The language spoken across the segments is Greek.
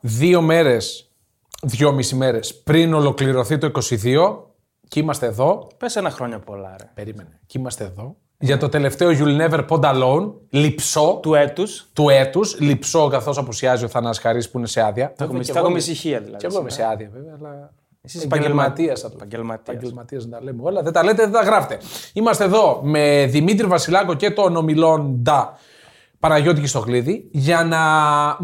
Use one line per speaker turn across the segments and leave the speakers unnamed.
δύο μέρες, δυόμιση μέρες πριν ολοκληρωθεί το 22 και είμαστε εδώ.
Πες ένα χρόνια πολλά, ρε.
Περίμενε. Και είμαστε εδώ. Για το τελευταίο You'll Never Pond Alone, λυψό του,
Του έτους.
του έτους. Λυψό καθώς απουσιάζει ο Θανάς Χαρίς που είναι σε άδεια.
Θα
Βέβαια,
έχουμε-
και
θα
εγώ
έχουμε
είμαι-
ησυχία δηλαδή.
Και εγώ είμαι
σήμερα.
σε άδεια, βέβαια, αλλά. Εσείς
επαγγελματίας.
θα το
Επαγγελματίας.
Επαγγελματία να τα λέμε όλα. Δεν τα λέτε, δεν τα γράφτε. Είμαστε εδώ με Δημήτρη Βασιλάκο και τον ομιλόντα Παναγιώτη Κιστοχλίδη για να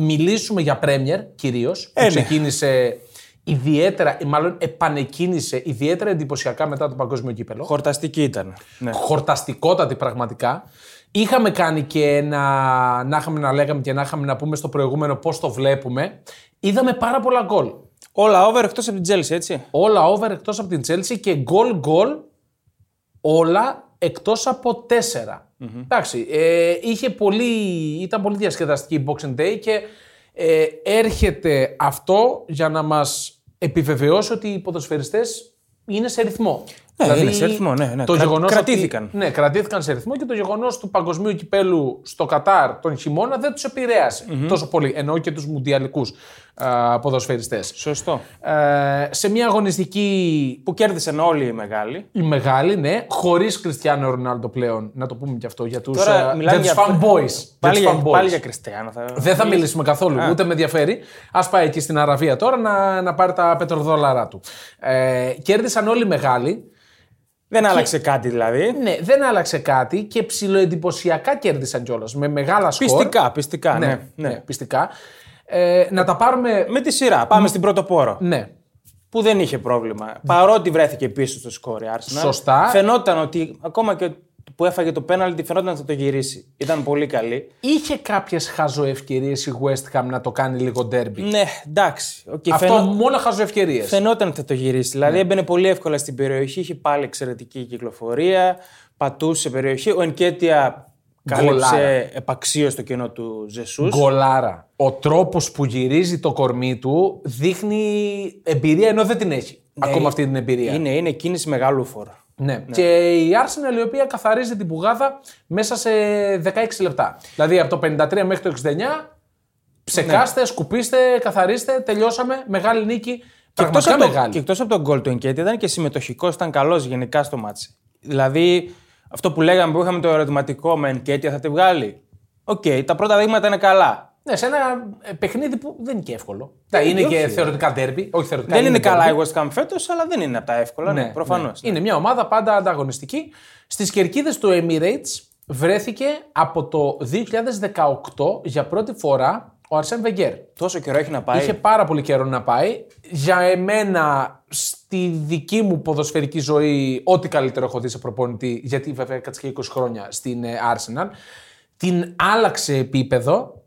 μιλήσουμε για Πρέμιερ κυρίως.
Ε, ναι.
Ξεκίνησε ιδιαίτερα, ε, μάλλον επανεκκίνησε ιδιαίτερα εντυπωσιακά μετά το Παγκόσμιο Κύπελο.
Χορταστική ήταν. Ναι.
Χορταστικότατη πραγματικά. Είχαμε κάνει και ένα. Να είχαμε να λέγαμε και να είχαμε να πούμε στο προηγούμενο πώς το βλέπουμε. Είδαμε πάρα πολλά γκολ.
Όλα over εκτός από την Τζέλση, έτσι.
Όλα over εκτός από την Chelsea και γκολ γκολ όλα εκτός από τέσσερα. Εντάξει, ε, είχε πολύ, ήταν πολύ διασκεδαστική η Boxing Day και ε, έρχεται αυτό για να μας επιβεβαιώσει ότι οι ποδοσφαιριστές είναι σε ρυθμό. Δηλαδή,
Ναι, είναι σε ρυθμό, ναι, ναι.
Το
Κρα-
γεγονός
κρατήθηκαν.
Ότι, ναι, κρατήθηκαν σε ρυθμό και το γεγονός του παγκοσμίου κυπέλου στο Κατάρ τον χειμώνα δεν τους επηρεασε τόσο πολύ. Εννοώ και τους μουντιαλικούς ποδοσφαιριστές.
Σωστό.
Ε, σε μια αγωνιστική
Που κέρδισαν όλοι οι μεγάλοι.
η μεγάλη, ναι, χωρίς Κριστιανό Ρονάλντο πλέον, να το πούμε και αυτό για τους
Τώρα μιλάμε
τους
για-
fanboys. Για
Πάλι,
τους
για,
fanboys.
πάλι για Κριστιανό. Θα...
Δεν θα μιλήσουμε καθόλου, ούτε με ενδιαφέρει. Ας πάει εκεί στην Αραβία τώρα να, να πάρει τα πετροδόλαρά του. Ε, κέρδισαν όλοι οι μεγάλοι.
Δεν άλλαξε κάτι δηλαδή.
Ναι, δεν άλλαξε κάτι και ψιλοεντυπωσιακά κέρδισαν κιόλας. Με μεγάλα σκορ.
Πιστικά, πιστικά. Ναι.
Ναι, ναι, πιστικά. Ε, να τα πάρουμε.
Με τη σειρά. Πάμε στην πρωτοπόρο.
Ναι,
Που δεν είχε πρόβλημα. Παρότι βρέθηκε πίσω στο σκόρ η Arsenal.
Σωστά.
Φαινόταν ότι ακόμα και που έφαγε το πέναλτι, φαινόταν ότι θα το γυρίσει. Ήταν πολύ καλή.
είχε κάποιες χαζοευκαιρίες η West Ham να το κάνει λίγο ντέρμπι.
Ναι, εντάξει. Okay,
Αυτό
φαινό-
μόνο χαζοευκαιρίες.
Φαινόταν ότι θα το γυρίσει.
Ναι.
Δηλαδή έμπαινε πολύ εύκολα στην περιοχή. Είχε πάλι εξαιρετική κυκλοφορία. Πατούσε περιοχή. Ο Ενκέτια
Γκολάρα.
κάλυψε επαξίως το κενό του Ζεσού.
Γκολάρα. Ο τρόπος που γυρίζει το κορμί του δείχνει εμπειρία ενώ δεν την έχει. ακόμα αυτή την εμπειρία.
Ναι, Είναι, είναι κίνηση μεγάλου φόρου.
Ναι. Και η Arsenal η οποία καθαρίζει την πουγάδα μέσα σε 16 λεπτά. Δηλαδή από το 53 μέχρι το 69 ψεκάστε,
Ναι.
σκουπίστε, καθαρίστε, τελειώσαμε. Μεγάλη νίκη.
Εκτός
Πραγματικά
από το-
μεγάλη.
Και εκτός από τον γκολ του Ενκέτη, ήταν και συμμετοχικός, ήταν καλός γενικά στο μάτσι. Δηλαδή, αυτό που λέγαμε που είχαμε το ερωτηματικό με Ενκέτη, θα τη βγάλει. Οκ, τα πρώτα δείγματα είναι καλά.
Ναι, σε ένα ε, παιχνίδι που δεν είναι και εύκολο. Τα είναι
όχι,
και
ε.
θεωρητικά ντέρμπι. Όχι θεωρητικά.
δεν είναι
derby.
καλά η West Ham φέτος, αλλά δεν είναι από τα εύκολα. Ναι, προφανώς.
ναι. Είναι μια ομάδα πάντα ανταγωνιστική. Στις κερκίδες του Emirates βρέθηκε από το 2018 για πρώτη φορά ο Αρσέν Βεγγέρ.
Τόσο καιρό έχει να πάει.
Είχε πάρα πολύ καιρό να πάει. Για εμένα, στη δική μου ποδοσφαιρική ζωή, ό,τι καλύτερο έχω δει σε προπονητή, γιατί βέβαια έκατσε και 20 χρόνια στην ε, Arsenal, την άλλαξε επίπεδο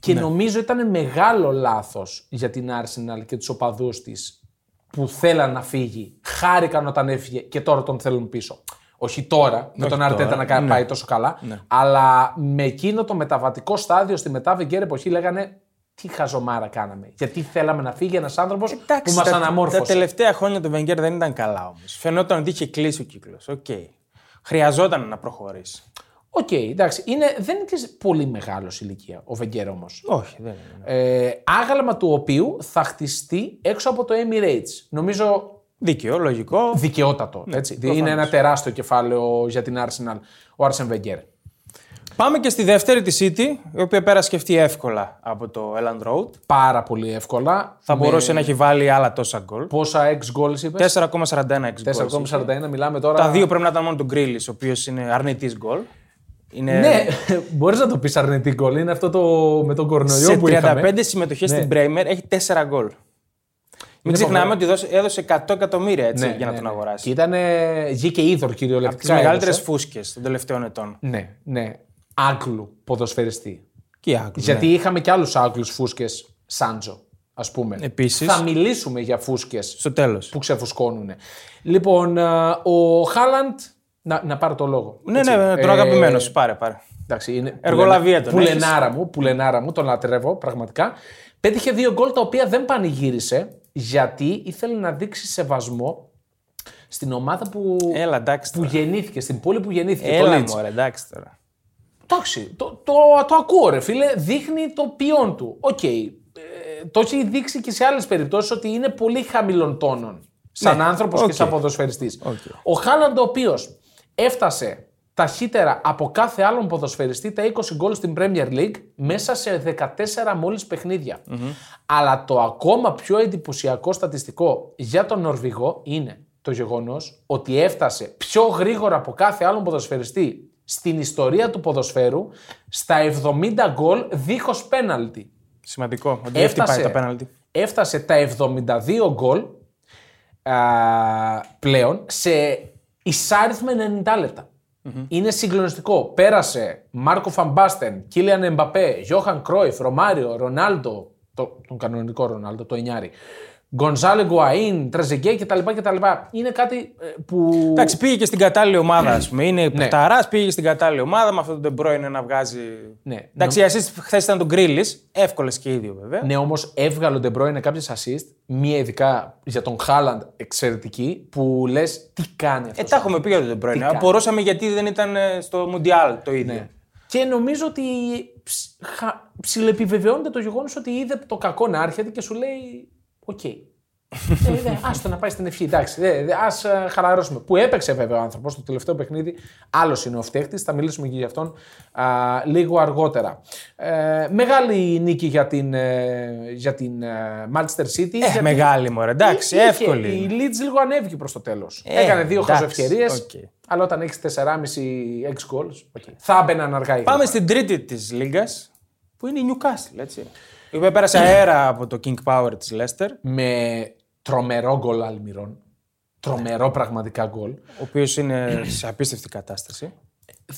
και νομίζω ήταν μεγάλο λάθος για την Arsenal και τους οπαδούς της που θέλαν να φύγει, χάρηκαν όταν έφυγε και τώρα τον θέλουν πίσω. Όχι τώρα, με τον Αρτέτα να κα-
ναι.
πάει τόσο καλά, αλλά με εκείνο το μεταβατικό στάδιο στη μετά Βεγγέρ εποχή λέγανε τι χαζομάρα κάναμε. Γιατί θέλαμε να φύγει ένας άνθρωπος που μας
τα-
αναμόρφωσε.
Τα τελευταία χρόνια του Βενγκέρ δεν ήταν καλά όμως. Φαινόταν ότι είχε κλείσει ο κύκλος. Οκ. Χρειαζόταν να προχωρήσει.
Οκ, εντάξει, είναι, δεν είναι και πολύ μεγάλος ηλικία ο Βεγγέρ όμως.
Όχι, ναι. δεν είναι.
Ε, άγαλμα του οποίου θα χτιστεί έξω από το Emirates. Νομίζω
Δίκαιο, λογικό.
δικαιότατο.
Ναι,
έτσι. Είναι ένα τεράστιο κεφάλαιο για την Arsenal ο Άρσεν Βεγγέρ.
Πάμε και στη δεύτερη τη City, η οποία πέρασε αυτή εύκολα από το Elland Road.
Πάρα πολύ εύκολα.
Θα μπορούσε να έχει βάλει άλλα τόσα γκολ.
Πόσα εξ γκολ είπες.
4,41 εξ γκολ.
4,41 μιλάμε τώρα.
Τα δύο πρέπει να ήταν μόνο του Γκρίλι, ο οποίος είναι αρνητής γκολ. Είναι
Ναι, μπορείς να το πεις αρνητή γκολ. Είναι αυτό το με τον κορονοϊό
σε
που
35
είχαμε. Ναι.
συμμετοχέ στην Bremer έχει 4 γκολ. Μην ξεχνάμε ότι δώσε- έδωσε 100 εκατομμύρια έτσι, για να τον αγοράσει.
Ναι, Και ήταν γη και είδωρ
Τι
κυριολεκτικά.
μεγαλύτερες
έδωσε.
φούσκες των τελευταίων ετών.
Ναι, ναι. Άγγλου ποδοσφαιριστή.
Και ναι. οι Άγγλοι,
Γιατί είχαμε και άλλους Άγγλους φούσκες, Σάντζο, ας πούμε.
Επίσης.
Θα μιλήσουμε για φούσκες
ναι. Στο τέλος.
που ξεφουσκώνουν. Λοιπόν, α, ο Χάλαντ. Να, να πάρω το λόγο.
Ναι,
έτσι.
ναι, ναι, τον
Ε,
αγαπημένο σου. Πάρε, πάρε.
Εντάξει, είναι
Εργολαβία
πουλενά-
τον έχεις.
Πουλενάρα μου, πουλενάρα μου, τον λατρεύω πραγματικά. Πέτυχε δύο γκολ τα οποία δεν πανηγύρισε γιατί ήθελε να δείξει σεβασμό στην ομάδα που,
Έλα, εντάξει.
που
Τώρα.
γεννήθηκε, στην πόλη που γεννήθηκε. το
Έλα,
Leeds.
μωρέ, εντάξει τώρα.
Εντάξει, το, το, το ακούω ρε φίλε, δείχνει το ποιόν του. Οκ, ε, το έχει δείξει και σε άλλες περιπτώσεις ότι είναι πολύ χαμηλών τόνων. Σαν
Ναι.
άνθρωπος
Οκ.
και σαν ποδοσφαιριστής.
Οκ.
Ο Χάλαντ, ο οποίος έφτασε ταχύτερα από κάθε άλλον ποδοσφαιριστή τα 20 γκολ στην Premier League μέσα σε 14 μόλις παιχνίδια. Αλλά το ακόμα πιο εντυπωσιακό στατιστικό για τον Νορβηγό είναι το γεγονός ότι έφτασε πιο γρήγορα από κάθε άλλον ποδοσφαιριστή στην ιστορία του ποδοσφαίρου στα 70 γκολ δίχως πέναλτι.
Σημαντικό. Ότι δεν χτυπάει τα πέναλτι.
Έφτασε τα 72 γκολ α, πλέον σε ισάριθμα 90 λεπτα Είναι συγκλονιστικό. Πέρασε Μάρκο Φαμπάστεν, Κίλιαν Εμπαπέ, Γιώχαν Κρόιφ, Ρωμάριο, Ρονάλντο, το- τον κανονικό Ρονάλντο, το 9. Γκονζάλε Γκουαΐν, Τρεζεγκέ κτλ, κτλ. Είναι κάτι ε, που.
Εντάξει, πήγε και στην κατάλληλη ομάδα, ας πούμε. Είναι
Ναι.
παιχταρά, πήγε στην κατάλληλη ομάδα με αυτόν τον Ντεμπρόινε να βγάζει.
Ναι.
Εντάξει, οι assist χθες ήταν τον Γκρίλι. Εύκολες και οι δύο βέβαια.
Ναι, όμως έβγαλε ο Ντεμπρόινε κάποιες assist, μία ειδικά για τον Χάλαντ εξαιρετική, που λες τι κάνει αυτός.
Ε, τα έχουμε πει για τον Ντεμπρόινε.
κάνει. Ναι. Ε,
Απορώσαμε γιατί δεν ήταν ε, στο Μουντιάλ το ίδιο.
Και νομίζω ότι ψ- χα- ψιλοεπιβεβαιώνεται το γεγονός ότι είδε το κακό να έρχεται και σου λέει: Οκ. ε, δε, άστο να πάει στην ευχή. Εντάξει, δε, δε, ας ε, χαλαρώσουμε. Που έπαιξε βέβαια ο άνθρωπος στο τελευταίο παιχνίδι. Άλλος είναι ο φταίχτης. Θα μιλήσουμε και για αυτόν α, λίγο αργότερα. Ε, μεγάλη νίκη για την, ε, για την ε, Manchester City.
Ε,
γιατί
μεγάλη μωρέ. Εντάξει,
είχε-
εύκολη.
Η
είναι.
Leeds λίγο ανέβηκε προς το τέλος.
Ε,
Έκανε δύο
εντάξει,
χαζοευκαιρίες.
οκ.
Αλλά όταν έχεις 4,5 6 goals, θα έμπαιναν αργά οι
Πάμε στην τρίτη της λίγας που είναι η Newcastle. Έτσι. Η οποία πέρασε αέρα από το King Power της Leicester,
με τρομερό γκολ Αλμυρών. Τρομερό πραγματικά γκολ.
ο οποίος είναι σε απίστευτη κατάσταση.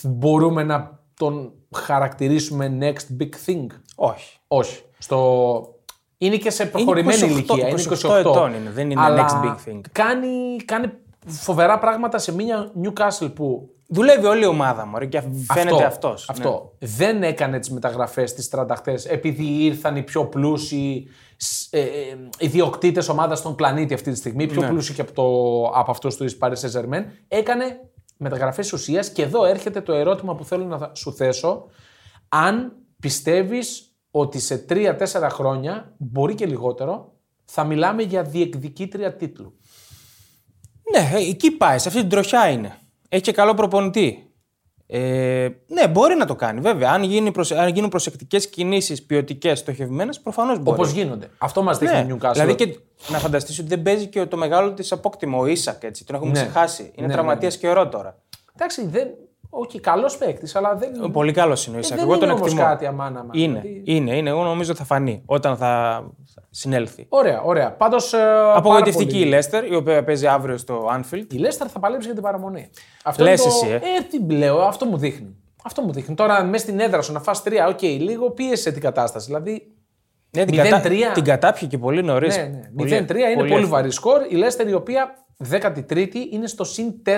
Μπορούμε να τον χαρακτηρίσουμε next big thing.
Όχι.
Όχι. Στο... Είναι και σε προχωρημένη
28,
ηλικία. Είναι
28 ετών είναι, δεν είναι next big thing.
Κάνει, κάνει φοβερά πράγματα σε μια Newcastle που
Δουλεύει όλη η ομάδα μου και φαίνεται ναι. αυτό.
Αυτό. Δεν έκανε τις μεταγραφές τις τρανταχτές επειδή ήρθαν οι πιο πλούσιοι σ- ε, ε, ιδιοκτήτε ομάδας στον πλανήτη αυτή τη στιγμή,
Ναι.
πιο πλούσιοι και από, το, από αυτούς του Paris Saint Germain. Έκανε μεταγραφές ουσίας και εδώ έρχεται το ερώτημα που θέλω να σου θέσω. Αν πιστεύεις ότι σε 3-4 χρόνια, μπορεί και λιγότερο, θα μιλάμε για διεκδικήτρια τίτλου.
Ναι, ε, εκεί πάει, σε αυτή την τροχιά είναι. Έχει και καλό προπονητή. Ε, ναι, μπορεί να το κάνει βέβαια. Αν, γίνει προσε... αν γίνουν προσεκτικές κινήσεις ποιοτικές, στοχευμένες, προφανώς μπορεί.
Όπως γίνονται. Αυτό μας δείχνει η
ναι.
Newcastle.
Δηλαδή και να φανταστείς ότι δεν παίζει και το μεγάλο της απόκτημα, ο Ισακ. Έτσι. Τον έχουμε
Ναι.
ξεχάσει.
Ναι,
Είναι
ναι,
τραυματία καιρό τώρα.
Εντάξει, δεν. Όχι, καλός παίκτης, αλλά δεν.
Πολύ καλός είναι ο Ισακ.
Ε, δεν
Εγώ τον
είναι όμως
εκτιμώ.
κάτι αμάνα αμάνα.
Είναι,
Δηλαδή-
είναι, είναι. Εγώ νομίζω θα φανεί όταν θα συνέλθει.
Ωραία, ωραία. ε, Πάντω.
Απογοητευτική η Λέστερ, η οποία παίζει αύριο στο Anfield.
Η Λέστερ θα παλέψει για την παραμονή. Αυτό
Λες
είναι
εσύ, ε.
ε. τι λέω, αυτό μου δείχνει. Αυτό μου δείχνει. Τώρα μέσα στην έδρα σου να φας τρία, οκ, λίγο πίεσε την κατάσταση. Δηλαδή.
Ναι, την,
0-3.
κατα... την κατάπιε και πολύ νωρίς.
Ναι, ναι. 0-3 είναι πολύ, βαρύ σκορ. Η Λέστερ η οποία 13η είναι στο συν 4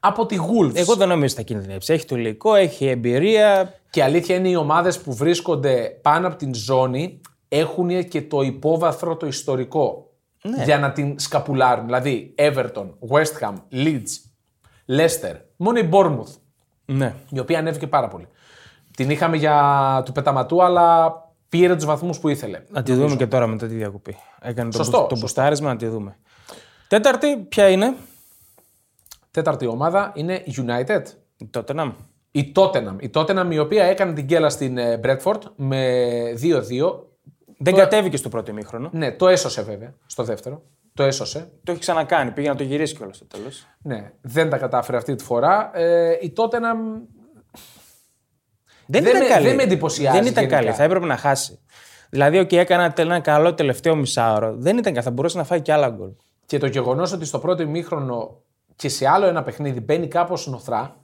από τη Wolves.
Εγώ δεν νομίζω ότι θα κινδυνεύσει. Έχει το υλικό, έχει εμπειρία.
Και αλήθεια είναι οι ομάδες που βρίσκονται πάνω από την ζώνη έχουν και το υπόβαθρο το ιστορικό για να την σκαπουλάρουν. Δηλαδή Everton, West Ham, Leeds, Leicester, μόνο η Bournemouth,
Ναι.
η οποία ανέβηκε πάρα πολύ. Την είχαμε για του πεταματού, αλλά πήρε τους βαθμούς που ήθελε.
Να τη δούμε και τώρα μετά τη διακοπή. Έκανε το,
Σωστό,
μπου- το
σωστό.
μπουστάρισμα, να τη δούμε. Τέταρτη, ποια είναι.
Τέταρτη ομάδα είναι United.
Η Tottenham.
Η Tottenham. Η Tottenham η οποία έκανε την κέλα στην ε, Bradford με 2-2.
Δεν κατέβηκε στο πρώτο ημίχρονο.
Ναι, το έσωσε βέβαια στο δεύτερο. Το έσωσε.
Το έχει ξανακάνει. Πήγε να το γυρίσει κιόλας στο τέλος.
Ναι, δεν τα κατάφερε αυτή τη φορά. Ε, η Tottenham
Δεν,
Δεν
ήταν
με-
καλή.
δεν με εντυπωσιάζει
Δεν ήταν
γενικά.
καλή. Θα έπρεπε να χάσει. Δηλαδή, okay, έκανε ένα καλό τελευταίο μισάωρο. Δεν ήταν καλή. Θα μπορούσε να φάει κι άλλα γκολ.
και το γεγονός ότι στο πρώτο ημίχρονο και σε άλλο ένα παιχνίδι μπαίνει κάπως νοθρά,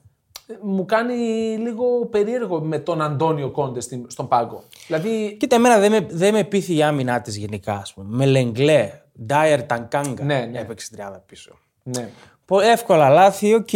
ε, μου κάνει λίγο περίεργο με τον Αντώνιο Κόντε στην- στον πάγκο. Δηλαδή,
Κοίτα, εμένα δεν με, δεν με πείθει η άμυνά της γενικά, ας πούμε. Με Λεγκλέ, Ντάιερ Τανκάγκα.
Ναι, ναι.
Έπαιξε την τριάδα πίσω.
ναι,
Πο- Εύκολα λάθη, οκ.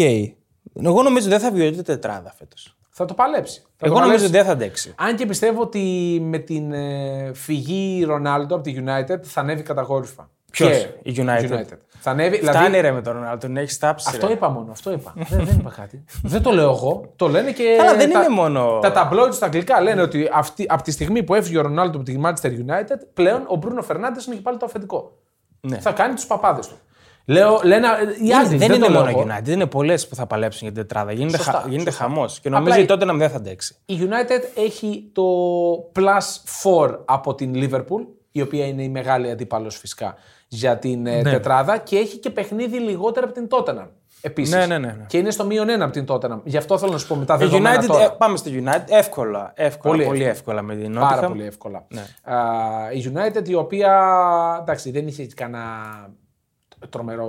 Εγώ νομίζω δεν θα βιωθεί τετράδα φέτος.
θα το παλέψει. Θα το
Εγώ
παλέψει.
νομίζω ότι δεν θα αντέξει.
Αν και πιστεύω ότι με την ε, φυγή Ρονάλντο από τη United θα ανέβει καταγόρυφα.
Ποιος,
Και
η United.
Θα ανέβει. δηλαδή-
Φτάνει ρε με τον Ρονάλντο, τον έχεις τάψει.
Αυτό
ρε.
είπα μόνο, αυτό είπα. δεν, δεν είπα κάτι. δεν το λέω εγώ. Το λένε και.
Καλά, δεν
τα,
είναι μόνο-
Τα ταμπλόιτ στα αγγλικά λένε ότι αυτή, από τη στιγμή που έφυγε ο Ρονάλντο από τη Manchester United, πλέον ο Μπρούνο Φερνάντε είναι και πάλι το αφεντικό.
Ναι.
Θα κάνει τους παπάδες του. Λέω, λένε, ε, οι
Είναι-
άλλοι,
δεν, είναι
το λέω
μόνο η
εγώ.
United, είναι πολλές που θα παλέψουν για την τετράδα. Γίνεται,
Σωστά,
χα, γίνεται
σωστά.
χαμός. Και νομίζω
Απλά
ότι
η-
τότε να μην δεν θα αντέξει.
Η United έχει το plus 4 από την Liverpool, η οποία είναι η μεγάλη αντίπαλος φυσικά για την ε,
Ναι.
τετράδα και έχει και παιχνίδι λιγότερο από την Tottenham. Επίσης.
Ναι, ναι, ναι, ναι.
Και είναι στο μείον 1 από την Tottenham. Γι' αυτό θέλω να σου πω μετά.
Η
δεδομένα
United,
τώρα.
ε, πάμε στο United. Εύκολα. εύκολα πολύ,
Πολύ
εύκολα. με την Νότια.
Πάρα πολύ εύκολα.
Ναι.
Α, η United η οποία εντάξει, δεν είχε κανένα τρομερό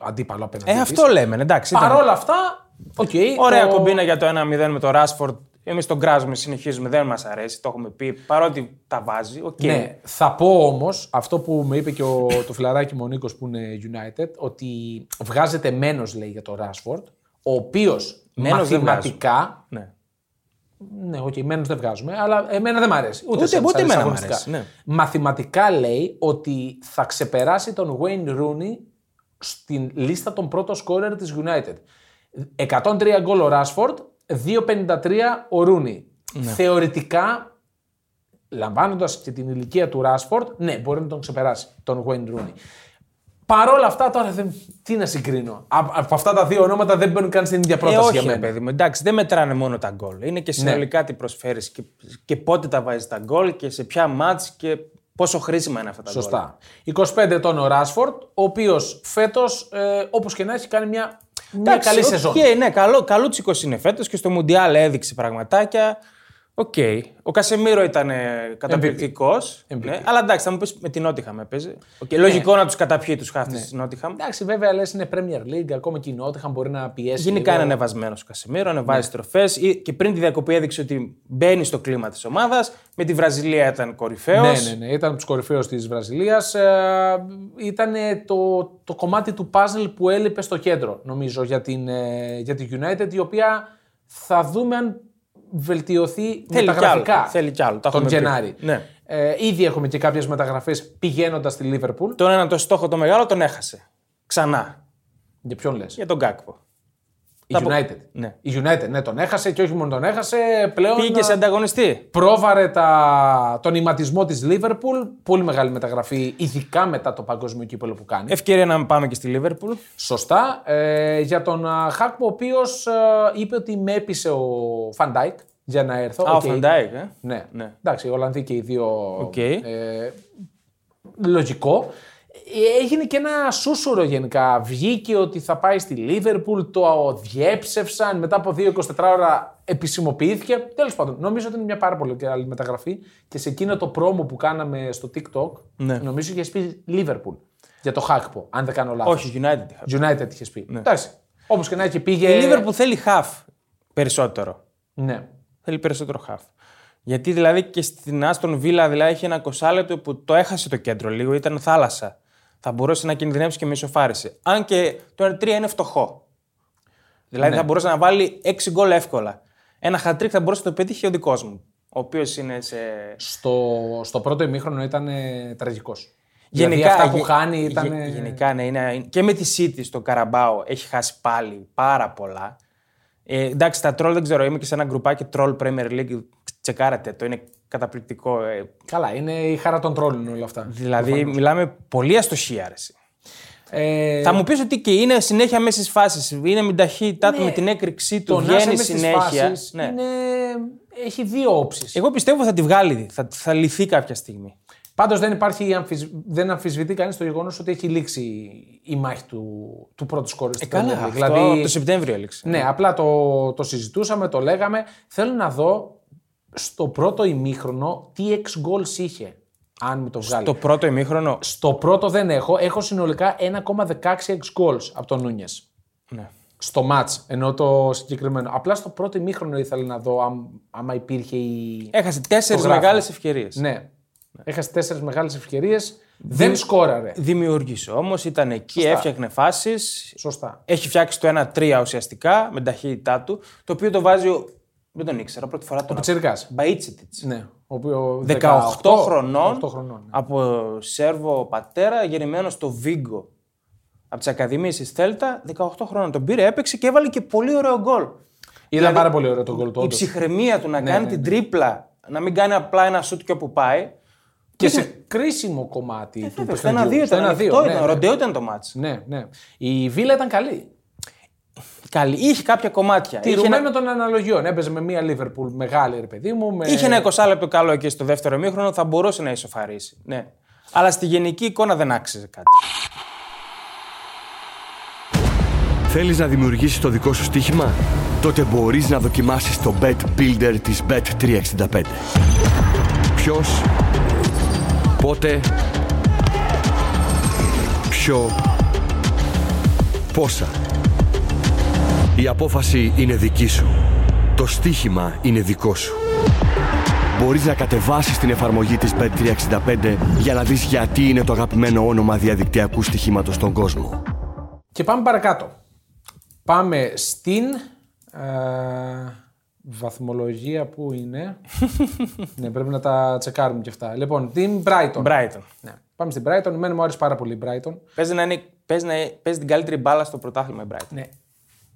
αντίπαλο απέναντι.
Ε,
της.
αυτό λέμε, εντάξει. ήταν-
Παρ' όλα αυτά, οκ.
Ωραία
το-
κομπίνα για το 1-0 με το Rashford. Εμείς τον κράζουμε, συνεχίζουμε, δεν μας αρέσει, το έχουμε πει. Παρότι τα βάζει, οκ.
Ναι, θα πω όμως αυτό που με είπε και ο, το φιλαράκι μου ο Νίκος που είναι United, ότι βγάζεται μένος λέει για τον Rashford, ο οποίος
Μένος δεν
μαθηματικά.
Ναι.
Ναι, οκ, μένος δεν βγάζουμε, αλλά εμένα δεν μ' αρέσει. Ούτε,
Ούτε-
σε-
ούτε
σε- σε
εμένα μ'
αγωνιστικά.
αρέσει, ναι.
Μαθηματικά λέει ότι θα ξεπεράσει τον Wayne Rooney στην λίστα των πρώτων σκόρερ της United. 103 γκολ ο Rashford, 2,53 ο Rooney.
Ναι.
Θεωρητικά λαμβάνοντας και την ηλικία του Ράσφορντ, ναι, μπορεί να τον ξεπεράσει τον Wayne Rooney. Παρ' όλα αυτά, τώρα δεν, τι να συγκρίνω. Α- από αυτά τα δύο ονόματα δεν μπαίνουν καν στην ίδια
Ε,
πρόταση
όχι,
για
ρε
μένα. Ναι.
παιδί μου. Εντάξει, δεν μετράνε μόνο τα γκολ. Είναι και συνολικά τι προσφέρεις και, και πότε τα βάζεις τα γκολ και σε ποια μάτ και πόσο χρήσιμα είναι αυτά τα γκολ.
Σωστά. 25 ετών ο Ράσφορντ, ο οποίος φέτος, ε, όπως και να έχει, κάνει μια, μια
Εντάξει,
Ναι, καλή
οκ,
σεζόν.
ναι, καλό, καλό τσικό είναι φέτος και στο Μουντιάλ έδειξε πραγματάκια. Οκ. Ο Κασεμίρο ήταν καταπληκτικό. Ναι, αλλά εντάξει, θα μου πεις με την Νότιχαμ έπαιζε. Οκ,
Ναι.
Λογικό να τους καταπιεί τους χάφτες της Νότιχαμ.
Εντάξει, βέβαια, λες είναι Premier League, ακόμα και η Νότιχαμ μπορεί να πιέσει.
Γενικά
λίγο.
είναι ανεβασμένος ο Κασεμίρο,
Ναι.
ανεβάζει τροφές τροφέ και πριν τη διακοπή έδειξε ότι μπαίνει στο κλίμα της ομάδας. Με τη Βραζιλία ήταν κορυφαίος.
Ναι, ναι, ναι. Ήταν από τους κορυφαίους της Βραζιλίας. Ε, ήταν το, το κομμάτι του puzzle που έλειπε στο κέντρο, νομίζω, για την, ε, για την United, η οποία θα δούμε αν βελτιωθεί
Θέλει κι άλλο.
μεταγραφικά
Θέλει κι άλλο. Τα
τον
έχουμε πει.
Γενάρη.
Ναι.
Ε, ήδη έχουμε και κάποιες μεταγραφές πηγαίνοντας στη Λίβερπουλ.
Τον έναν το στόχο το μεγάλο τον έχασε. Ξανά.
Για ποιον λες,
Για τον Κάκπο.
η
τα πω-
United.
Ναι.
Η United, ναι, τον έχασε και όχι μόνο τον έχασε, πλέον.
Πήγε σε
ε,
ανταγωνιστή.
Πρόβαρε τα... τον ηματισμό της Λίβερπουλ, πολύ μεγάλη μεταγραφή, ειδικά μετά το παγκόσμιο κύπελο που κάνει.
Ευκαιρία να πάμε και στη Λίβερπουλ.
Σωστά. Ε, για τον α, Χάκπο, ο οποίος είπε ότι με έπεισε ο Φαντάικ για να έρθω.
Α, ο
Οκ.
Φαντάικ, ε.
Ναι.
Ναι.
Εντάξει, οι Ολλανδοί και οι δύο.
Οκ.
Ε, λογικό. Ε, Έγινε και ένα σούσουρο γενικά. Βγήκε ότι θα πάει στη Λίβερπουλ, το διέψευσαν. Μετά από 2-24 ώρα επισημοποιήθηκε. Τέλος πάντων, νομίζω ότι είναι μια πάρα πολύ καλή μεταγραφή. Και σε εκείνο το πρόμο που κάναμε στο TikTok,
Ναι.
νομίζω είχε πει Λίβερπουλ για το Χάκπο, αν δεν κάνω λάθος.
Όχι, United. είχα πει.
United είχε πει. Εντάξει. Όπως και να έχει πήγε.
Η Λίβερπουλ θέλει half περισσότερο.
Ναι.
Θέλει περισσότερο half. Γιατί δηλαδή και στην Άστον Βίλα δηλαδή είχε ένα 20 λεπτό που το έχασε το κέντρο λίγο, ήταν θάλασσα. Θα μπορούσε να κινδυνεύσει και με ισοφάριση. Αν και το 3 είναι φτωχό. Δηλαδή θα μπορούσε να βάλει 6 γκολ εύκολα. Ένα χατρίκ θα μπορούσε να το πετύχει ο δικός μου. Ο οποίος είναι σε.
Στο, στο πρώτο ημίχρονο ήταν τραγικό.
Γενικά,
δηλαδή, αυτά που
γε-
χάνει
γε-
ήταν.
γενικά, ναι, είναι, και με τη City στο Καραμπάο έχει χάσει πάλι πάρα πολλά. Ε, εντάξει, τα τρόλ δεν ξέρω, είμαι και σε ένα γκρουπάκι troll Premier League. Τσεκάρετε το, είναι καταπληκτικό. ε,
Καλά, είναι η χαρά των τρόλων όλα αυτά.
Δηλαδή, μιλάμε πολύ αστοχία. ρε, εσύ.
Ε,
Θα μου πεις ότι και είναι συνέχεια μέσα στις φάσεις. Είναι με την ταχύτητά του, με την έκρηξή του.
Ναι. το να είσαι
Βγαίνει
μες στις
συνέχεια.
φάσεις
Ναι. Ε-
είναι... έχει δύο όψεις.
Εγώ πιστεύω θα τη βγάλει. Θα, θα λυθεί κάποια στιγμή.
Πάντως δεν, υπάρχει, αμφισβ- δεν αμφισβητεί κανείς το γεγονός ότι έχει λήξει η μάχη του, του πρώτου σκόρου στην
Ε, Καλά.
Premier League.
Αυτό
Δηλαδή,
το Σεπτέμβριο έληξε.
Ναι, απλά το, το συζητούσαμε, το λέγαμε. Θέλω να δω στο πρώτο ημίχρονο τι εξ goals είχε. Αν μου το βγάλει.
Το πρώτο ημίχρονο.
Στο πρώτο δεν έχω. Έχω συνολικά 1,16 ex goals από τον Νούνιες.
Ναι.
Στο match, ενώ το συγκεκριμένο. Απλά στο πρώτο ημίχρονο ήθελα να δω αν, άμα υπήρχε η.
Έχασε τέσσερι
γράφω.
μεγάλες ευκαιρίες.
Ναι. Έχασε τέσσερις μεγάλες ευκαιρίες. Δεν σκόραρε.
Δημιούργησε όμως, ήταν εκεί, έφτιαχνε φάσεις.
Σωστά.
Έχει φτιάξει το 1-3 ουσιαστικά με την ταχύτητά του, το οποίο το βάζει Δεν τον ήξερα. Πρώτη φορά τον.
Πιτσιρικάς.
Μπαΐτσιτιτς.
Ναι. Ο οποίος
18,
18
χρονών,
18 χρονών, ναι.
από Σέρβο πατέρα, γεννημένος στο Βίγκο. Από τις Ακαδημίε τη Θέλτα, 18 χρόνων. Τον πήρε, έπαιξε και έβαλε και πολύ ωραίο γκολ. Δηλαδή,
Ήταν πάρα πολύ ωραίο το γκολ του.
Η
όντως. Ναι,
ψυχραιμία του να κάνει την τρίπλα, να μην κάνει απλά ένα σουτ και όπου πάει.
Και σε κρίσιμο κομμάτι του
Ε, Βέβαια,
παιχνιδιού. Ε, Στο
Στο 1-2 ήταν.
ένα-δύο,
ανοιχτό
ναι,
ήταν,
ναι.
Ροντεό ήταν το μάτσο.
Ναι, ναι. Η Βίλα ήταν καλή.
Καλή. Είχε κάποια κομμάτια. Είχε
Τηρουμένο
ένα,
των αναλογιών. Έπαιζε με μία Λίβερπουλ μεγάλη, ρε παιδί μου. Με...
είχε ένα 20 λεπτό καλό εκεί στο δεύτερο μήχρονο, θα μπορούσε να ισοφαρίσει. Ναι. Αλλά στη γενική εικόνα δεν άξιζε κάτι.
Θέλεις να δημιουργήσεις το δικό σου στοίχημα? Τότε μπορείς να δοκιμάσεις το Bet Builder της Bet365. Ποιος, πότε, ποιο, πόσα. Η απόφαση είναι δική σου. Το στοίχημα είναι δικό σου. Μπορείς να κατεβάσεις την εφαρμογή της Bet365 για να δεις γιατί είναι το αγαπημένο όνομα διαδικτυακού στοιχήματος στον κόσμο.
Και πάμε παρακάτω. Πάμε στην. ε, βαθμολογία που είναι. ναι, πρέπει να τα τσεκάρουμε και αυτά. Λοιπόν, την Brighton.
Brighton.
Ναι. Πάμε στην Brighton. Εμένα μου άρεσε πάρα πολύ η Brighton.
Παίζει να, είναι, παίζει να παίζει την καλύτερη μπάλα στο πρωτάθλημα η Brighton.
Ναι.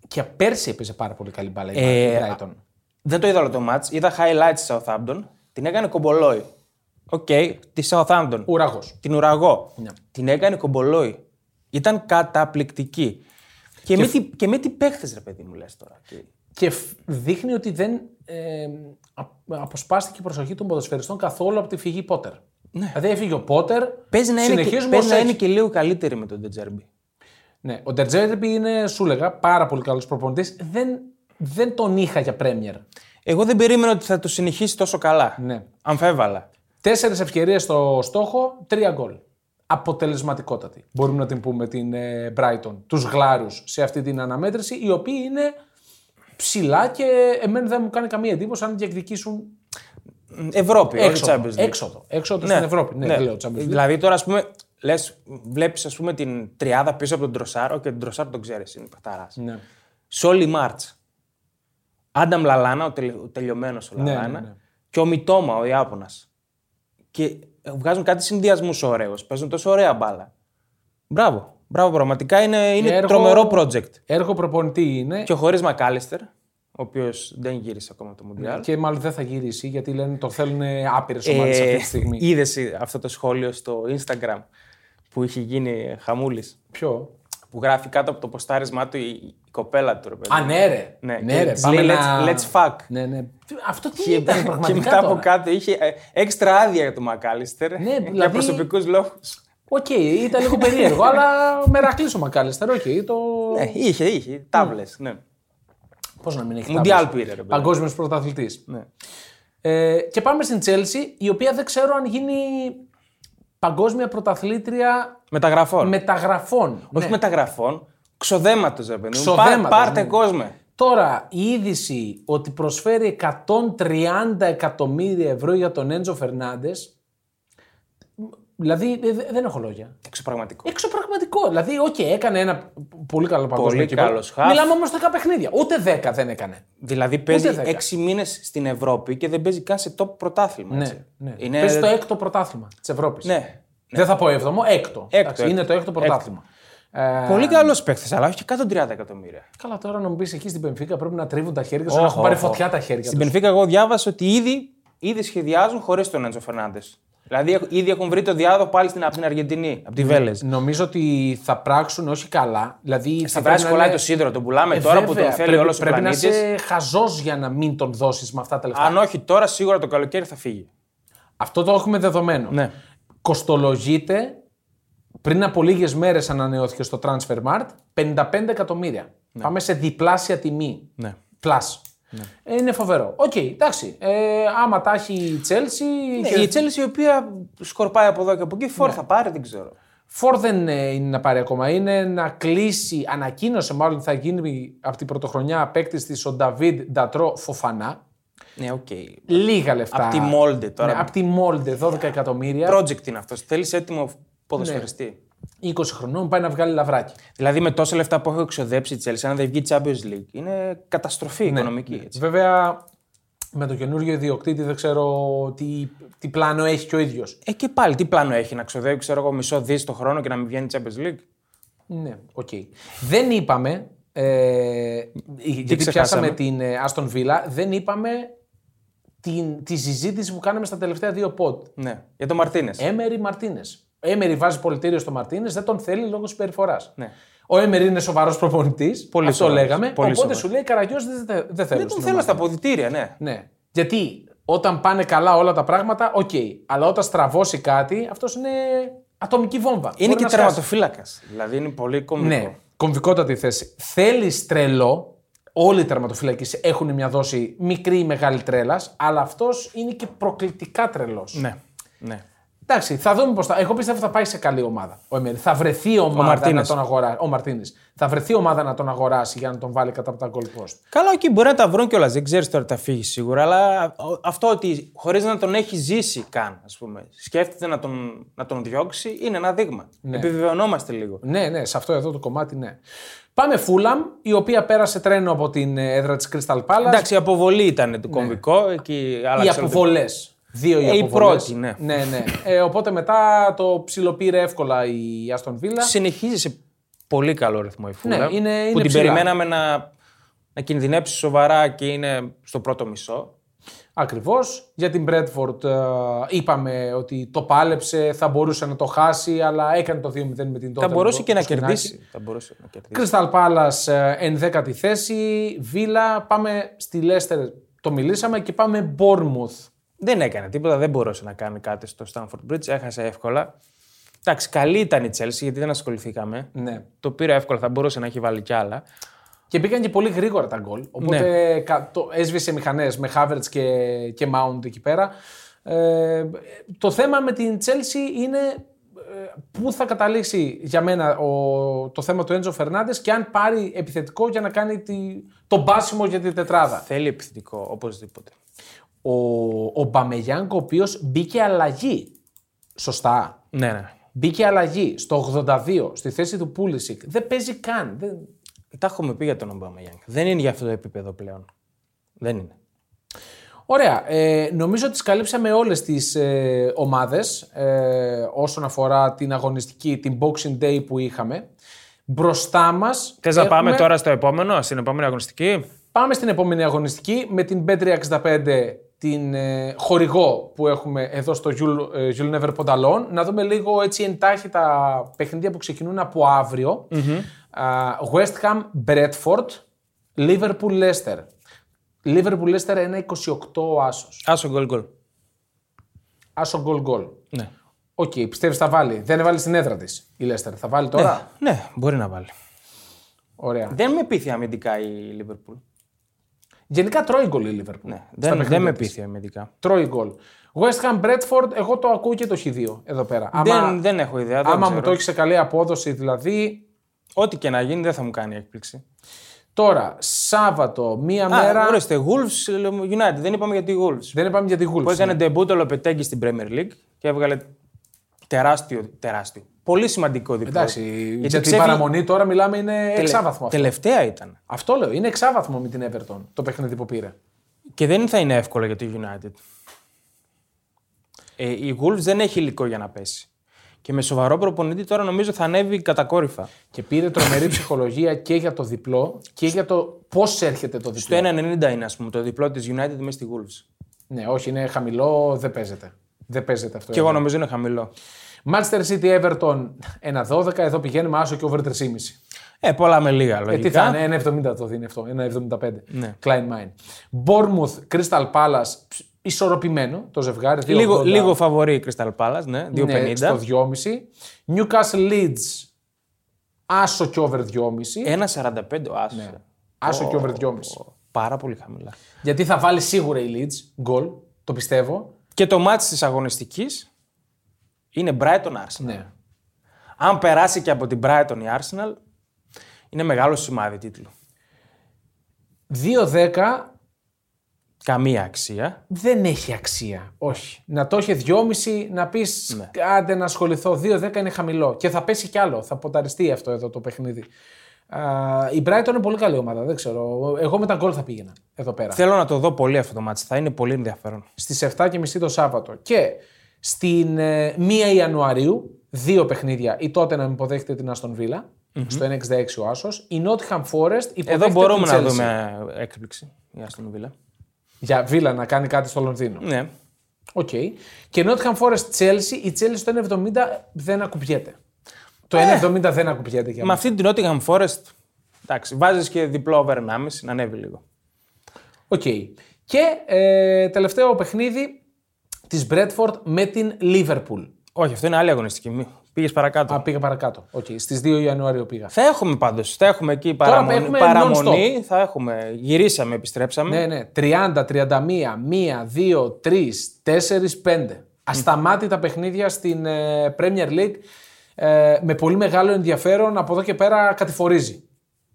Και πέρσι έπαιζε πάρα πολύ καλή μπάλα η
Ε,
Brighton.
Δεν το είδα όλο το match. Είδα highlights της Southampton. Την έκανε κομπολόι. Οκ, τη Southampton.
Ουραγός.
Την ουραγό.
Ναι.
Την έκανε κομπολόι. Ήταν καταπληκτική. Και, με, τι, και με τι παίχτες, ρε παιδί μου, λες τώρα. Και-
Και φ- δείχνει ότι δεν ε, α- αποσπάστηκε η προσοχή των ποδοσφαιριστών καθόλου από τη φυγή Πότερ. Δηλαδή έφυγε ο Πότερ.
Ναι. Παίζει να, είναι και,
συνεχίζουμε
παίζει
ως
να
έχει.
είναι και λίγο καλύτερη με τον Ντετζέρμπι.
Ναι, ο Ντερτζέρμπι είναι, σου λέγα, πάρα πολύ καλός προπονητής. Δεν, δεν τον είχα για Πρέμιερ.
Εγώ δεν περίμενα ότι θα το συνεχίσει τόσο καλά.
Ναι.
Αμφέβαλα.
Τέσσερις ευκαιρίες στο στόχο, τρία γκολ. Αποτελεσματικότατη. Μπορούμε να την πούμε την ε, Brighton. Τους γλάρου σε αυτή την αναμέτρηση, οι οποίοι είναι ψηλά και εμένα δεν μου κάνει καμία εντύπωση αν διεκδικήσουν
Μ, Ευρώπη, όχι
έξοδο.
Champions League.
Έξοδο, έξοδο στην Ευρώπη. Ναι, δεν λέω Champions League.
Δηλαδή τώρα, ας πούμε, λες, βλέπεις την τριάδα πίσω από τον Τροσάρο και τον Τροσάρο τον ξέρεις, είναι παιχταρά.
Ναι.
Σόλι Μάρτ. Άνταμ Λαλάνα, ο, τελε, ο τελειωμένος ο
ναι,
Λαλάνα.
ναι.
Και ο Μιτόμα, ο Ιάπωνας. Και βγάζουν κάτι συνδυασμούς ωραίους. Παίζουν τόσο ωραία μπάλα. Μπράβο. Μπράβο, πραγματικά είναι, είναι
έργο-
τρομερό project.
Έργο προπονητή είναι
Και χωρίς Μακάλιστερ, ο οποίος δεν γύρισε ακόμα το Μουντιάλ.
και μάλλον δεν θα γυρίσει γιατί λένε το θέλουν άπειρε
Ε,
ομάδε αυτή τη στιγμή.
Είδες αυτό το σχόλιο στο Instagram που είχε γίνει χαμούλης.
Ποιο.
Που γράφει κάτω από το ποστάρισμά του η, η κοπέλα του. Ρε, παιδί.
Α, ναι, ρε.
Ναι,
ναι,
και
ρε.
της
Πάμε
λέει,
να...
let's- let's fuck.
Ναι, ναι. Τι- Αυτό τι
Και,
ήταν
και
πραγματικά.
μετά από
τώρα.
κάτω είχε ε, έξτρα άδεια για τον Μακάλιστερ
δηλαδή-
για προσωπικούς λόγους.
Οκ, ήταν λίγο περίεργο, αλλά μερακλής ο Μακάλιστερ. Οκ, το.
Ναι, είχε, είχε. Τάβλες. Ναι.
Πώς να μην έχει
Μουντιάλ
τάβλες.
πήρε, ρε παιδί.
Παγκόσμιος πρωταθλητής.
Ναι.
Ε, και πάμε στην Τσέλσι, η οποία δεν ξέρω αν γίνει παγκόσμια πρωταθλήτρια
Μεταγραφών.
μεταγραφών.
Όχι
Ναι.
μεταγραφών. Ξοδέματος, ρε παιδί μου.
Ξοδέματος,
Πά- Πάρτε
ναι.
κόσμο.
Τώρα, η είδηση ότι προσφέρει 130 εκατομμύρια ευρώ για τον Έντζο Φερνάντες. Δηλαδή, ε, δε- δεν έχω λόγια.
Εξωπραγματικό.
Ε, Εξωπραγματικό. Δηλαδή, οκ, έκανε ένα πολύ καλό παγκόσμιο
Πολύ
κύπελλο.
καλός χαφ.
Μιλάμε όμως 10 παιχνίδια. Ούτε 10 δεν έκανε.
Δηλαδή παίζει
δέκα.
6 μήνες στην Ευρώπη και δεν παίζει καν σε top πρωτάθλημα.
Ναι,
έτσι.
ναι.
Είναι...
Παίζει το έκτο πρωτάθλημα της Ευρώπης.
Ναι.
Δεν θα πω έβδομο, έκτο. Εντάξει,
έκτο.
Είναι το έκτο πρωτάθλημα. Ε,
Πολύ καλός παίχτη, αλλά όχι και κάτω 30 εκατομμύρια.
Καλά, τώρα να μου πεις εκεί στην Πενφύκα πρέπει να τρίβουν τα χέρια τους,
Όχο,
να έχουν πάρει
όχο.
φωτιά τα χέρια
Στην
τους.
Πενφύκα, εγώ διάβασα ότι ήδη, ήδη σχεδιάζουν χωρίς τον Έντσο Φερνάντες. Δηλαδή έχ- ήδη έχουν βρει το διάδο πάλι στην, από την Αργεντινή, από τη Βέλες.
Νομίζω ότι θα πράξουν όχι καλά. Δηλαδή,
Στα
θα
βράσει
πρέπει να
Ε, κολλάει
είναι-
το σίδερο, τον πουλάμε
Ε,
τώρα που
βέβαια,
τον θέλει
πρέπει-
όλος ο
Πρέπει να
πλανήτης.
είσαι χαζός για να μην τον δώσεις με αυτά τα λεφτά.
Αν όχι τώρα, σίγουρα το καλοκαίρι θα φύγει.
Αυτό το έχουμε δεδομένο.
Ναι.
Κοστολογείται πριν από λίγες μέρες ανανεώθηκε στο Transfermarkt 55 εκατομμύρια. Πάμε σε διπλάσια τιμή.
Ναι.
Plus. Ε, είναι φοβερό. Οκ, εντάξει. Ε, άμα τα έχει η Τσέλσι.
Ναι, Η Τσέλση η οποία σκορπάει από εδώ και από εκεί, φόρ θα πάρει, δεν ξέρω.
Φορ δεν ε, είναι να πάρει ακόμα. Είναι να κλείσει. Ανακοίνωσε μάλλον ότι θα γίνει από την πρωτοχρονιά παίκτης της ο Νταβίδ Ντατρό Φοφανά.
Ναι, οκ.
Λίγα λεφτά.
Απ' τη Molde τώρα.
Ναι, από τη Μόλντε, 12 εκατομμύρια.
Project είναι αυτός. Θέλεις έτοιμο ποδοσφαιριστή.
20 χρονών πάει να βγάλει λαβράκι.
Ναι. Δηλαδή με τόσα Ναι, λεφτά που έχω εξοδέψει η Chelsea, αν δεν βγει Champions League, είναι καταστροφή οικονομική. Έτσι.
Βέβαια, με τον καινούριο ιδιοκτήτη δεν ξέρω τι, τι πλάνο έχει και ο ίδιος.
Ε, και πάλι τι πλάνο έχει να ξοδεύει, ξέρω εγώ, μισό δις το χρόνο και να μην βγαίνει η Champions League.
Ναι, οκ. Δεν είπαμε. Ε, γιατί
ξεχάσαμε.
πιάσαμε την ε, Aston Villa, δεν είπαμε την, τη συζήτηση που κάναμε στα τελευταία δύο pod.
Ναι, για τον Μαρτίνες.
Έμερι Μαρτίνες. Έμερι βάζει πολιτήριο στο Μαρτίνες, δεν τον θέλει λόγω συμπεριφοράς.
Ναι.
Ο Έμερι είναι σοβαρός προπονητής.
Πολύ
αυτό
σοβαρός.
λέγαμε.
Πολύ
οπότε
σοβαρός.
σου λέει Καραγιό δεν, δεν, δεν θέλω.
Δεν τον
στην
θέλω
ομάδα».
στα αποδητήρια, ναι.
Ναι. Γιατί όταν πάνε καλά όλα τα πράγματα, οκ. Αλλά όταν στραβώσει κάτι, αυτός είναι ατομική βόμβα. Μπορεί
Είναι και
να σκάσει.
τερματοφύλακας. Δηλαδή είναι πολύ κομβικό.
Ναι, κομβικότατη θέση. Θέλεις τρελό. Όλοι οι τερματοφυλακοί έχουν μια δόση μικρή ή μεγάλη τρέλας, αλλά αυτός είναι και προκλητικά τρελός.
Ναι. ναι.
Εντάξει, θα δούμε πώς θα. Εγώ πιστεύω θα πάει σε καλή ομάδα. Ο Εμέρη. Θα βρεθεί ομάδα να
Μαρτίνες.
τον αγοράσει. Ο Μαρτίνες. Θα βρεθεί ομάδα να τον αγοράσει για να τον βάλει κατά από τα goal post.
Καλά, εκεί μπορεί να τα βρουν κιόλας. Δεν ξέρεις τώρα τι θα φύγει σίγουρα, αλλά αυτό ότι χωρίς να τον έχει ζήσει καν, ας πούμε, σκέφτεται να τον, να τον διώξει, είναι ένα δείγμα. Επιβεβαιωνόμαστε λίγο.
Ναι, ναι, σε αυτό εδώ το κομμάτι ναι. Πάμε Φούλαμ, η οποία πέρασε τρένο από την ε, έδρα της Crystal Palace.
Εντάξει, η αποβολή ήταν το κομβικό. Εκεί άλλαξε
οι
όλο το-
αποβολέ. Δύο οι
Ε, η
αποβολές.
πρώτη, ναι.
ναι, ναι. Ε, οπότε μετά το ψιλοπήρε εύκολα η Aston Villa.
Συνεχίζεις σε πολύ καλό ρυθμό η Φούλα.
Ναι, είναι-
που
είναι
την
ψηλά.
περιμέναμε να, να κινδυνεύσει σοβαρά και είναι στο πρώτο μισό.
Ακριβώς. Για την Brentford ε, είπαμε ότι το πάλεψε, θα μπορούσε να το χάσει, αλλά έκανε το 2-0 με την τότε.
θα μπορούσε και να κερδίσει. Θα μπορούσε να κερδίσει.
Crystal Palace ε, 11η θέση. Βίλα, πάμε στη Leicester. Το μιλήσαμε και πάμε Bournemouth.
Δεν έκανε τίποτα, δεν μπορούσε να κάνει κάτι στο Stanford Bridge, έχασε εύκολα. Εντάξει, καλή ήταν η Chelsea γιατί δεν ασχοληθήκαμε.
Ναι.
Το πήρε εύκολα, θα μπορούσε να έχει βάλει κι άλλα.
Και μπήκαν και πολύ γρήγορα τα γκολ. Οπότε κα- το, έσβησε μηχανές με Χάβερτ και, και Mount εκεί πέρα. Ε, το θέμα με την Chelsea είναι ε, πού θα καταλήξει για μένα ο, το θέμα του Έντζο Φερνάντε και αν πάρει επιθετικό για να κάνει τη, τον πάσιμο για την τετράδα.
Θέλει επιθετικό, οπωσδήποτε.
Ο, ο Μπαμεγιάνγκ, ο οποίος μπήκε αλλαγή. Σωστά.
Ναι, ναι.
Μπήκε αλλαγή στο 82 στη θέση του Πούλησικ. Δεν παίζει καν. Δεν...
Τα έχουμε πει για τον Ομπάμα Γιάνγκ. Δεν είναι για αυτό το επίπεδο πλέον. Δεν είναι.
Ωραία. Ε, νομίζω ότι καλύψαμε όλες τις ε, ομάδες ε, όσον αφορά την αγωνιστική, την Boxing Day που είχαμε. Μπροστά μας...
Θες να
έχουμε-
πάμε τώρα στο επόμενο, στην επόμενη αγωνιστική.
Πάμε στην επόμενη αγωνιστική με την B365, την ε, χορηγό που έχουμε εδώ στο You'll, ε, You'll Never Put Alone. Να δούμε λίγο έτσι εντάχει τα παιχνίδια που ξεκινούν από αύριο. Α, West Ham, Bradford, Liverpool, Leicester. Liverpool, Leicester 1-28 ο άσος.
Άσο γκολ γκολ.
Άσο γκολ γκολ.
Ναι.
Οκ, πιστεύεις θα βάλει. Δεν έβαλε στην έδρα της η Λέστερ. Θα βάλει τώρα.
ναι, μπορεί να βάλει.
Ωραία.
Δεν με πείθει αμυντικά η Λίβερπουλ.
Γενικά τρώει γκολ η Λίβερπουλ.
Ναι, δεν, δεν με πείθει αμυντικά.
Τρώει γκολ. West Ham Bradford, εγώ το ακούω και το χ2 εδώ πέρα. Άμα,
δεν, δεν έχω ιδέα. Δεν
άμα
ξέρω.
μου το έχεις σε καλή απόδοση δηλαδή.
Ό,τι και να γίνει δεν θα μου κάνει έκπληξη.
Τώρα, Σάββατο, μία
Α,
μέρα.
ορίστε, Wolves United. Δεν είπαμε για τη Wolves.
Δεν είπαμε για τη Wolves.
Που έκανε ντεμπούτο το Λοπετέγκη στην Premier League και έβγαλε τεράστιο, τεράστιο. Πολύ σημαντικό διπλό.
Εντάξει,
Γιατί
για την
ξέφυγε-
παραμονή τώρα μιλάμε είναι
τελε-
εξάβαθμος. αυτό.
Τελευταία ήταν.
Αυτό λέω, είναι εξάβαθμο με την Everton το παιχνίδι που πήρε.
Και δεν θα είναι εύκολο για τη United. Ε, η Wolves δεν έχει υλικό για να πέσει. Και με σοβαρό προπονητή τώρα νομίζω θα ανέβει κατακόρυφα.
Και πήρε τρομερή ψυχολογία και για το διπλό και για το πώς έρχεται το διπλό.
Το 1,90 είναι ας πούμε το διπλό της United μέσα στη Wolves.
Ναι, όχι, είναι χαμηλό, δεν παίζεται. Δεν παίζεται αυτό.
Και εγώ νομίζω είναι χαμηλό.
Manchester City Everton 1-12, εδώ πηγαίνουμε άσο και over 3,5.
Ε, πολλά με λίγα
Ε,
λογικά.
τι θα είναι, 1,70 το δίνει αυτό, 1,75.
Ναι.
Klein Mine. Bournemouth, Crystal Palace, ψ, ισορροπημένο το ζευγάρι. 2,80.
Λίγο, λίγο φαβορεί η Crystal Palace, ναι, 2,50.
ναι, στο 2,5. Newcastle Leeds, άσο και over 2,5.
Ε, 1,45 ο Άσος.
Ναι. Άσο και over 2,5.
Πάρα πολύ χαμηλά.
Γιατί θα βάλει σίγουρα η Leeds γκολ, το πιστεύω.
Και το μάτς της αγωνιστικής είναι Brighton Arsenal.
Ναι.
Αν περάσει και από την Brighton η Arsenal, είναι μεγάλο σημάδι τίτλου.
2-10
Καμία αξία.
δεν έχει αξία. Όχι. Να το είχε 2,5 να πεις
Ναι.
άντε να ασχοληθώ. 2-10 είναι χαμηλό. Και θα πέσει κι άλλο. Θα ποταριστεί αυτό εδώ το παιχνίδι. Α, η Brighton είναι πολύ καλή ομάδα. Δεν ξέρω. Εγώ με τα γκολ θα πήγαινα εδώ πέρα.
Θέλω να το δω πολύ αυτό το μάτς. Θα είναι πολύ ενδιαφέρον.
Στις 7.30 το Σάββατο. Και στην ε, 1 Ιανουαρίου, δύο παιχνίδια. Η τότε να υποδέχεται την Aston Villa. Στο 1.66 ο Άσος. Η Nottingham Forest υποδέχεται
Εδώ μπορούμε
την
να
Chelsea.
δούμε ε, έκπληξη για Aston Villa.
Για Villa να κάνει κάτι στο Λονδίνο.
Ναι.
Οκ. Και Nottingham Forest Chelsea, η Chelsea στο 1,70 δεν ακουπιέται. Το
Ε.
1,70 δεν ακουπιέται για μένα.
Με αυτή την Nottingham Forest, εντάξει, βάζεις και διπλό over 1,5 να ανέβει λίγο.
Οκ. Και ε, τελευταίο παιχνίδι της Bradford με την Liverpool.
Όχι, αυτό είναι άλλη αγωνιστική. Μη- Πήγες παρακάτω.
Α, πήγα παρακάτω. Οκ. Στις 2 Ιανουαρίου πήγα.
Θα έχουμε πάντως, θα έχουμε εκεί παραμονή,
έχουμε
παραμονή, θα έχουμε. Γυρίσαμε, επιστρέψαμε.
Ναι, ναι. 30, 31, 1, 2, 3, 4, 5. Ασταμάτητα παιχνίδια στην ε, Premier League ε, με πολύ μεγάλο ενδιαφέρον. Από εδώ και πέρα κατηφορίζει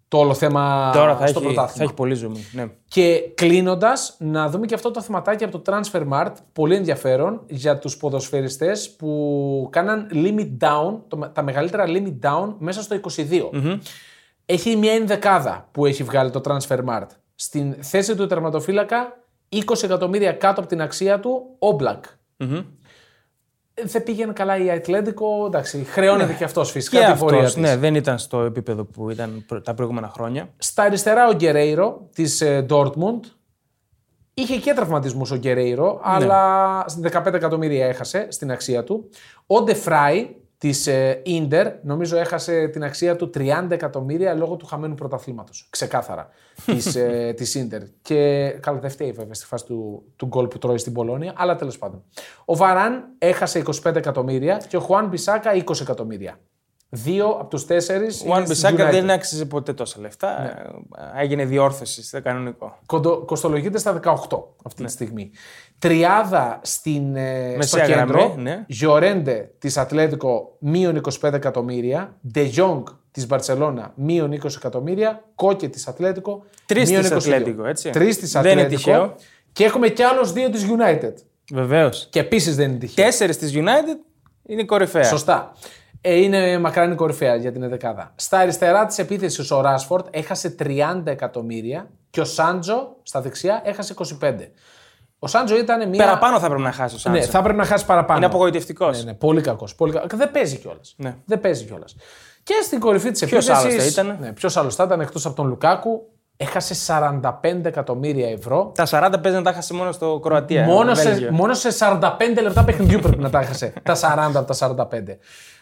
το όλο θέμα
Τώρα θα
στο
έχει,
πρωτάθλημα.
θα έχει πολύ ζουμί. Ναι.
Και κλείνοντας, να δούμε και αυτό το θεματάκι από το Transfermarkt, πολύ ενδιαφέρον για τους ποδοσφαιριστές που κάναν limit down, το- τα μεγαλύτερα limit down μέσα στο 22. Έχει μια ενδεκάδα που έχει βγάλει το Transfermarkt. Στην θέση του τερματοφύλακα, 20 εκατομμύρια κάτω από την αξία του, Oblak. Ε, Δεν πήγαινε καλά η Ατλέντικο, εντάξει, χρεώνεται και αυτός φυσικά.
Ναι. Και
την πορεία
αυτός,
της.
ναι, δεν ήταν στο επίπεδο που ήταν προ- τα προηγούμενα χρόνια.
Στα αριστερά ο Γκερέιρο της Dortmund. Είχε και τραυματισμούς ο Γκερέιρο,
Ναι.
αλλά 15 εκατομμύρια έχασε στην αξία του. Ο Ντεφράι της ε, Ίντερ, νομίζω έχασε την αξία του 30 εκατομμύρια λόγω του χαμένου πρωταθλήματος. Ξεκάθαρα της, ε, της Ίντερ. Και καλά, δεν φταίει βέβαια στη φάση του, του γκολ που τρώει στην Πολώνια, αλλά τέλος πάντων. Ο Βαράν έχασε 25 εκατομμύρια και ο Χουάν Μπισάκα 20 εκατομμύρια. Δύο από τους τέσσερις.
Ο Αν Μπισάκα δεν άξιζε ποτέ τόσα λεφτά.
Ναι.
Ε, Έγινε διόρθωση στο κανονικό.
Κοντο, κοστολογείται στα 18 αυτή τη στιγμή. Τριάδα στην, ε, στο
Ναι. Μεσαία
κέντρο.
γραμμή, ναι.
Γιορέντε της Ατλέτικο μείον 25 εκατομμύρια. Ντε Jong της Μπαρσελόνα μείον 20 εκατομμύρια. Κόκε της Ατλέτικο.
Τρεις της Ατλέτικο, έτσι.
Τρεις της
Δεν είναι
Ατλέτικο.
τυχαίο.
Και έχουμε κι άλλους δύο της United.
Βεβαίως.
Και επίσης δεν είναι τυχαίο.
Τέσσερις της United είναι κορυφαία.
Σωστά. Ε, είναι μακράν η κορυφαία για την δεκάδα. Στα αριστερά της επίθεσης ο Ράσφορντ έχασε 30 εκατομμύρια και ο Σάντζο στα δεξιά έχασε 25. Ο Σάντζο ήταν μια.
Παραπάνω θα πρέπει να χάσει ο
Ναι,
Σάντσο.
θα πρέπει να χάσει παραπάνω.
Είναι απογοητευτικός.
Ναι, ναι, πολύ κακός. Πολύ κακός. Δεν παίζει κιόλας.
Ναι.
Δεν παίζει κιόλας. Και στην κορυφή της επίθεση.
άλλος θα ήταν?
Ναι, Ποιος άλλος θα ήταν εκτός από τον Λουκάκου. Έχασε 45 εκατομμύρια ευρώ.
Τα 40 παίζει να τα χάσει μόνο στο Κροατία.
Μόνο σε,
Βέλγιο.
μόνο σε 45 λεπτά παιχνιδιού πρέπει να τα έχασε. τα 40 από τα 45.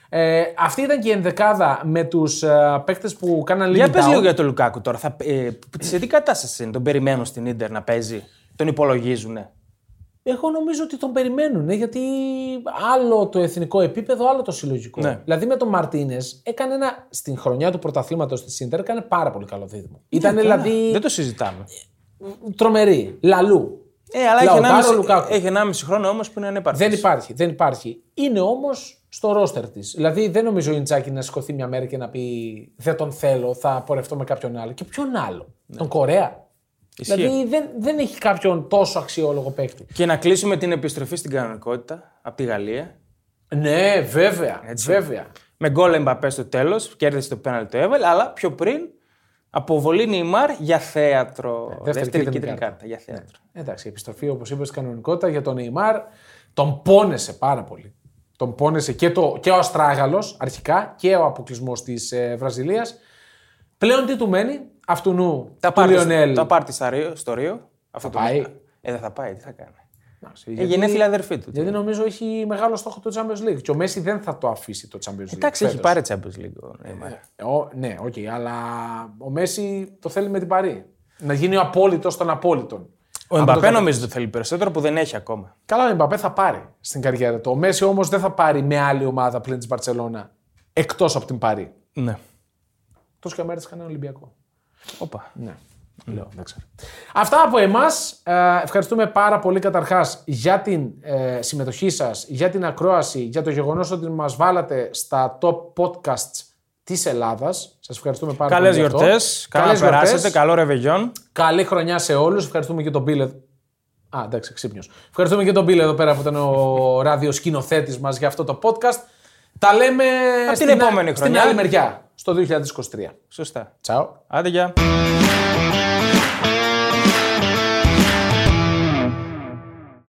Ε, αυτή ήταν και η ενδεκάδα με τους ε, παίκτες που κάναν λίγο.
Για πες λίγο για τον Λουκάκου τώρα. Θα, ε, σε τι κατάσταση είναι, τον περιμένουν στην ντερ να παίζει. Τον υπολογίζουν.
Εγώ νομίζω ότι τον περιμένουν ε, γιατί άλλο το εθνικό επίπεδο, άλλο το συλλογικό.
Ναι.
Δηλαδή με τον Μαρτίνες έκανε ένα. Στην χρονιά του πρωταθλήματος της Ιντερ έκανε πάρα πολύ καλό δίδυμο. Ήταν δηλαδή
Ναι, Δεν το συζητάμε.
τρομερή. Λαλού.
Ε, αλλά
Λαοτάρο,
έχει ε, 1,5,
Λουκάκου.
έχει 1,5 χρόνο όμως που είναι ανέπαρκο.
Δεν υπάρχει, δεν υπάρχει. Είναι όμως στο ρόστερ της. Δηλαδή δεν νομίζω η Ιντζάκη να σηκωθεί μια μέρα και να πει Δεν τον θέλω, θα πορευτώ με κάποιον άλλο. Και ποιον άλλο, τον Κορέα.
Ισχύει.
Δηλαδή δεν, δεν έχει κάποιον τόσο αξιόλογο παίκτη.
Και να κλείσουμε την επιστροφή στην κανονικότητα από τη Γαλλία.
Ναι, βέβαια.
Έτσι.
βέβαια.
Με γκολ Εμπαπέ στο τέλος, κέρδισε το πέναλ το έβαλε, αλλά πιο πριν αποβολή Νιμάρ για θέατρο.
Ε, δεύτερη κίτρινη κάρτα. Ναι.
για θέατρο.
Εντάξει, η επιστροφή όπως είπες στην κανονικότητα για τον Νεϊμάρ τον πόνεσε πάρα πολύ. Τον πόνεσε και, το, και ο Αστράγαλος αρχικά και ο αποκλεισμός της ε, Βραζιλίας. Πλέον τι του μένει, αυτού νου
Τα
του
πάρτι,
Λιονέλ.
τα πάρτι στα Ρίο- στο Ρίο. Αυτό το
πάει.
Ε, δεν θα πάει, τι θα κάνει.
Εντάξει,
Ε,
γιατί-
γενέθλια αδερφή του.
Γιατί νομίζω έχει μεγάλο στόχο το Champions League. Και ο Μέση δεν θα το αφήσει το Champions League.
Εντάξει, έχει
φέτος.
πάρει Champions League ο Νεϊμάρ.
Ο- ναι, οκ, αλλά ο Μέση το θέλει με την παρή. Να γίνει ο απόλυτος των απόλυτων.
Ο
Αν το
Εμπαπέ
κατα-
νομίζω το θέλει περισσότερο που δεν έχει ακόμα.
Καλά, ο Εμπαπέ θα πάρει στην καριέρα του. Ο Μέση όμως δεν θα πάρει με άλλη ομάδα πλην της Μπαρσελόνα εκτός από την Παρή.
Ναι.
Τόσο και ο Μέρτ έκανε Ολυμπιακό.
Όπα.
Ναι. Λέω, δεν ξέρω. Αυτά από εμάς. Ευχαριστούμε πάρα πολύ καταρχάς για την ε, συμμετοχή σας, για την ακρόαση, για το γεγονός ότι μας βάλατε στα top podcasts της Ελλάδας. Σας ευχαριστούμε πάρα
Καλές
πολύ.
γιορτές. Καλά να περάσετε.
Καλό...
Καλό ρεβεγιόν.
Καλή χρονιά σε όλους. Ευχαριστούμε και τον Πίλε. Α, εντάξει, ξύπνιος. Ευχαριστούμε και τον Πίλε εδώ πέρα που ήταν ο ράδιο σκηνοθέτη μας για αυτό το podcast. Τα λέμε
την επόμενη
Στην
χρονιά.
άλλη μεριά. στο 2023.
Σωστά.
Τσαο.
Άντε, γεια.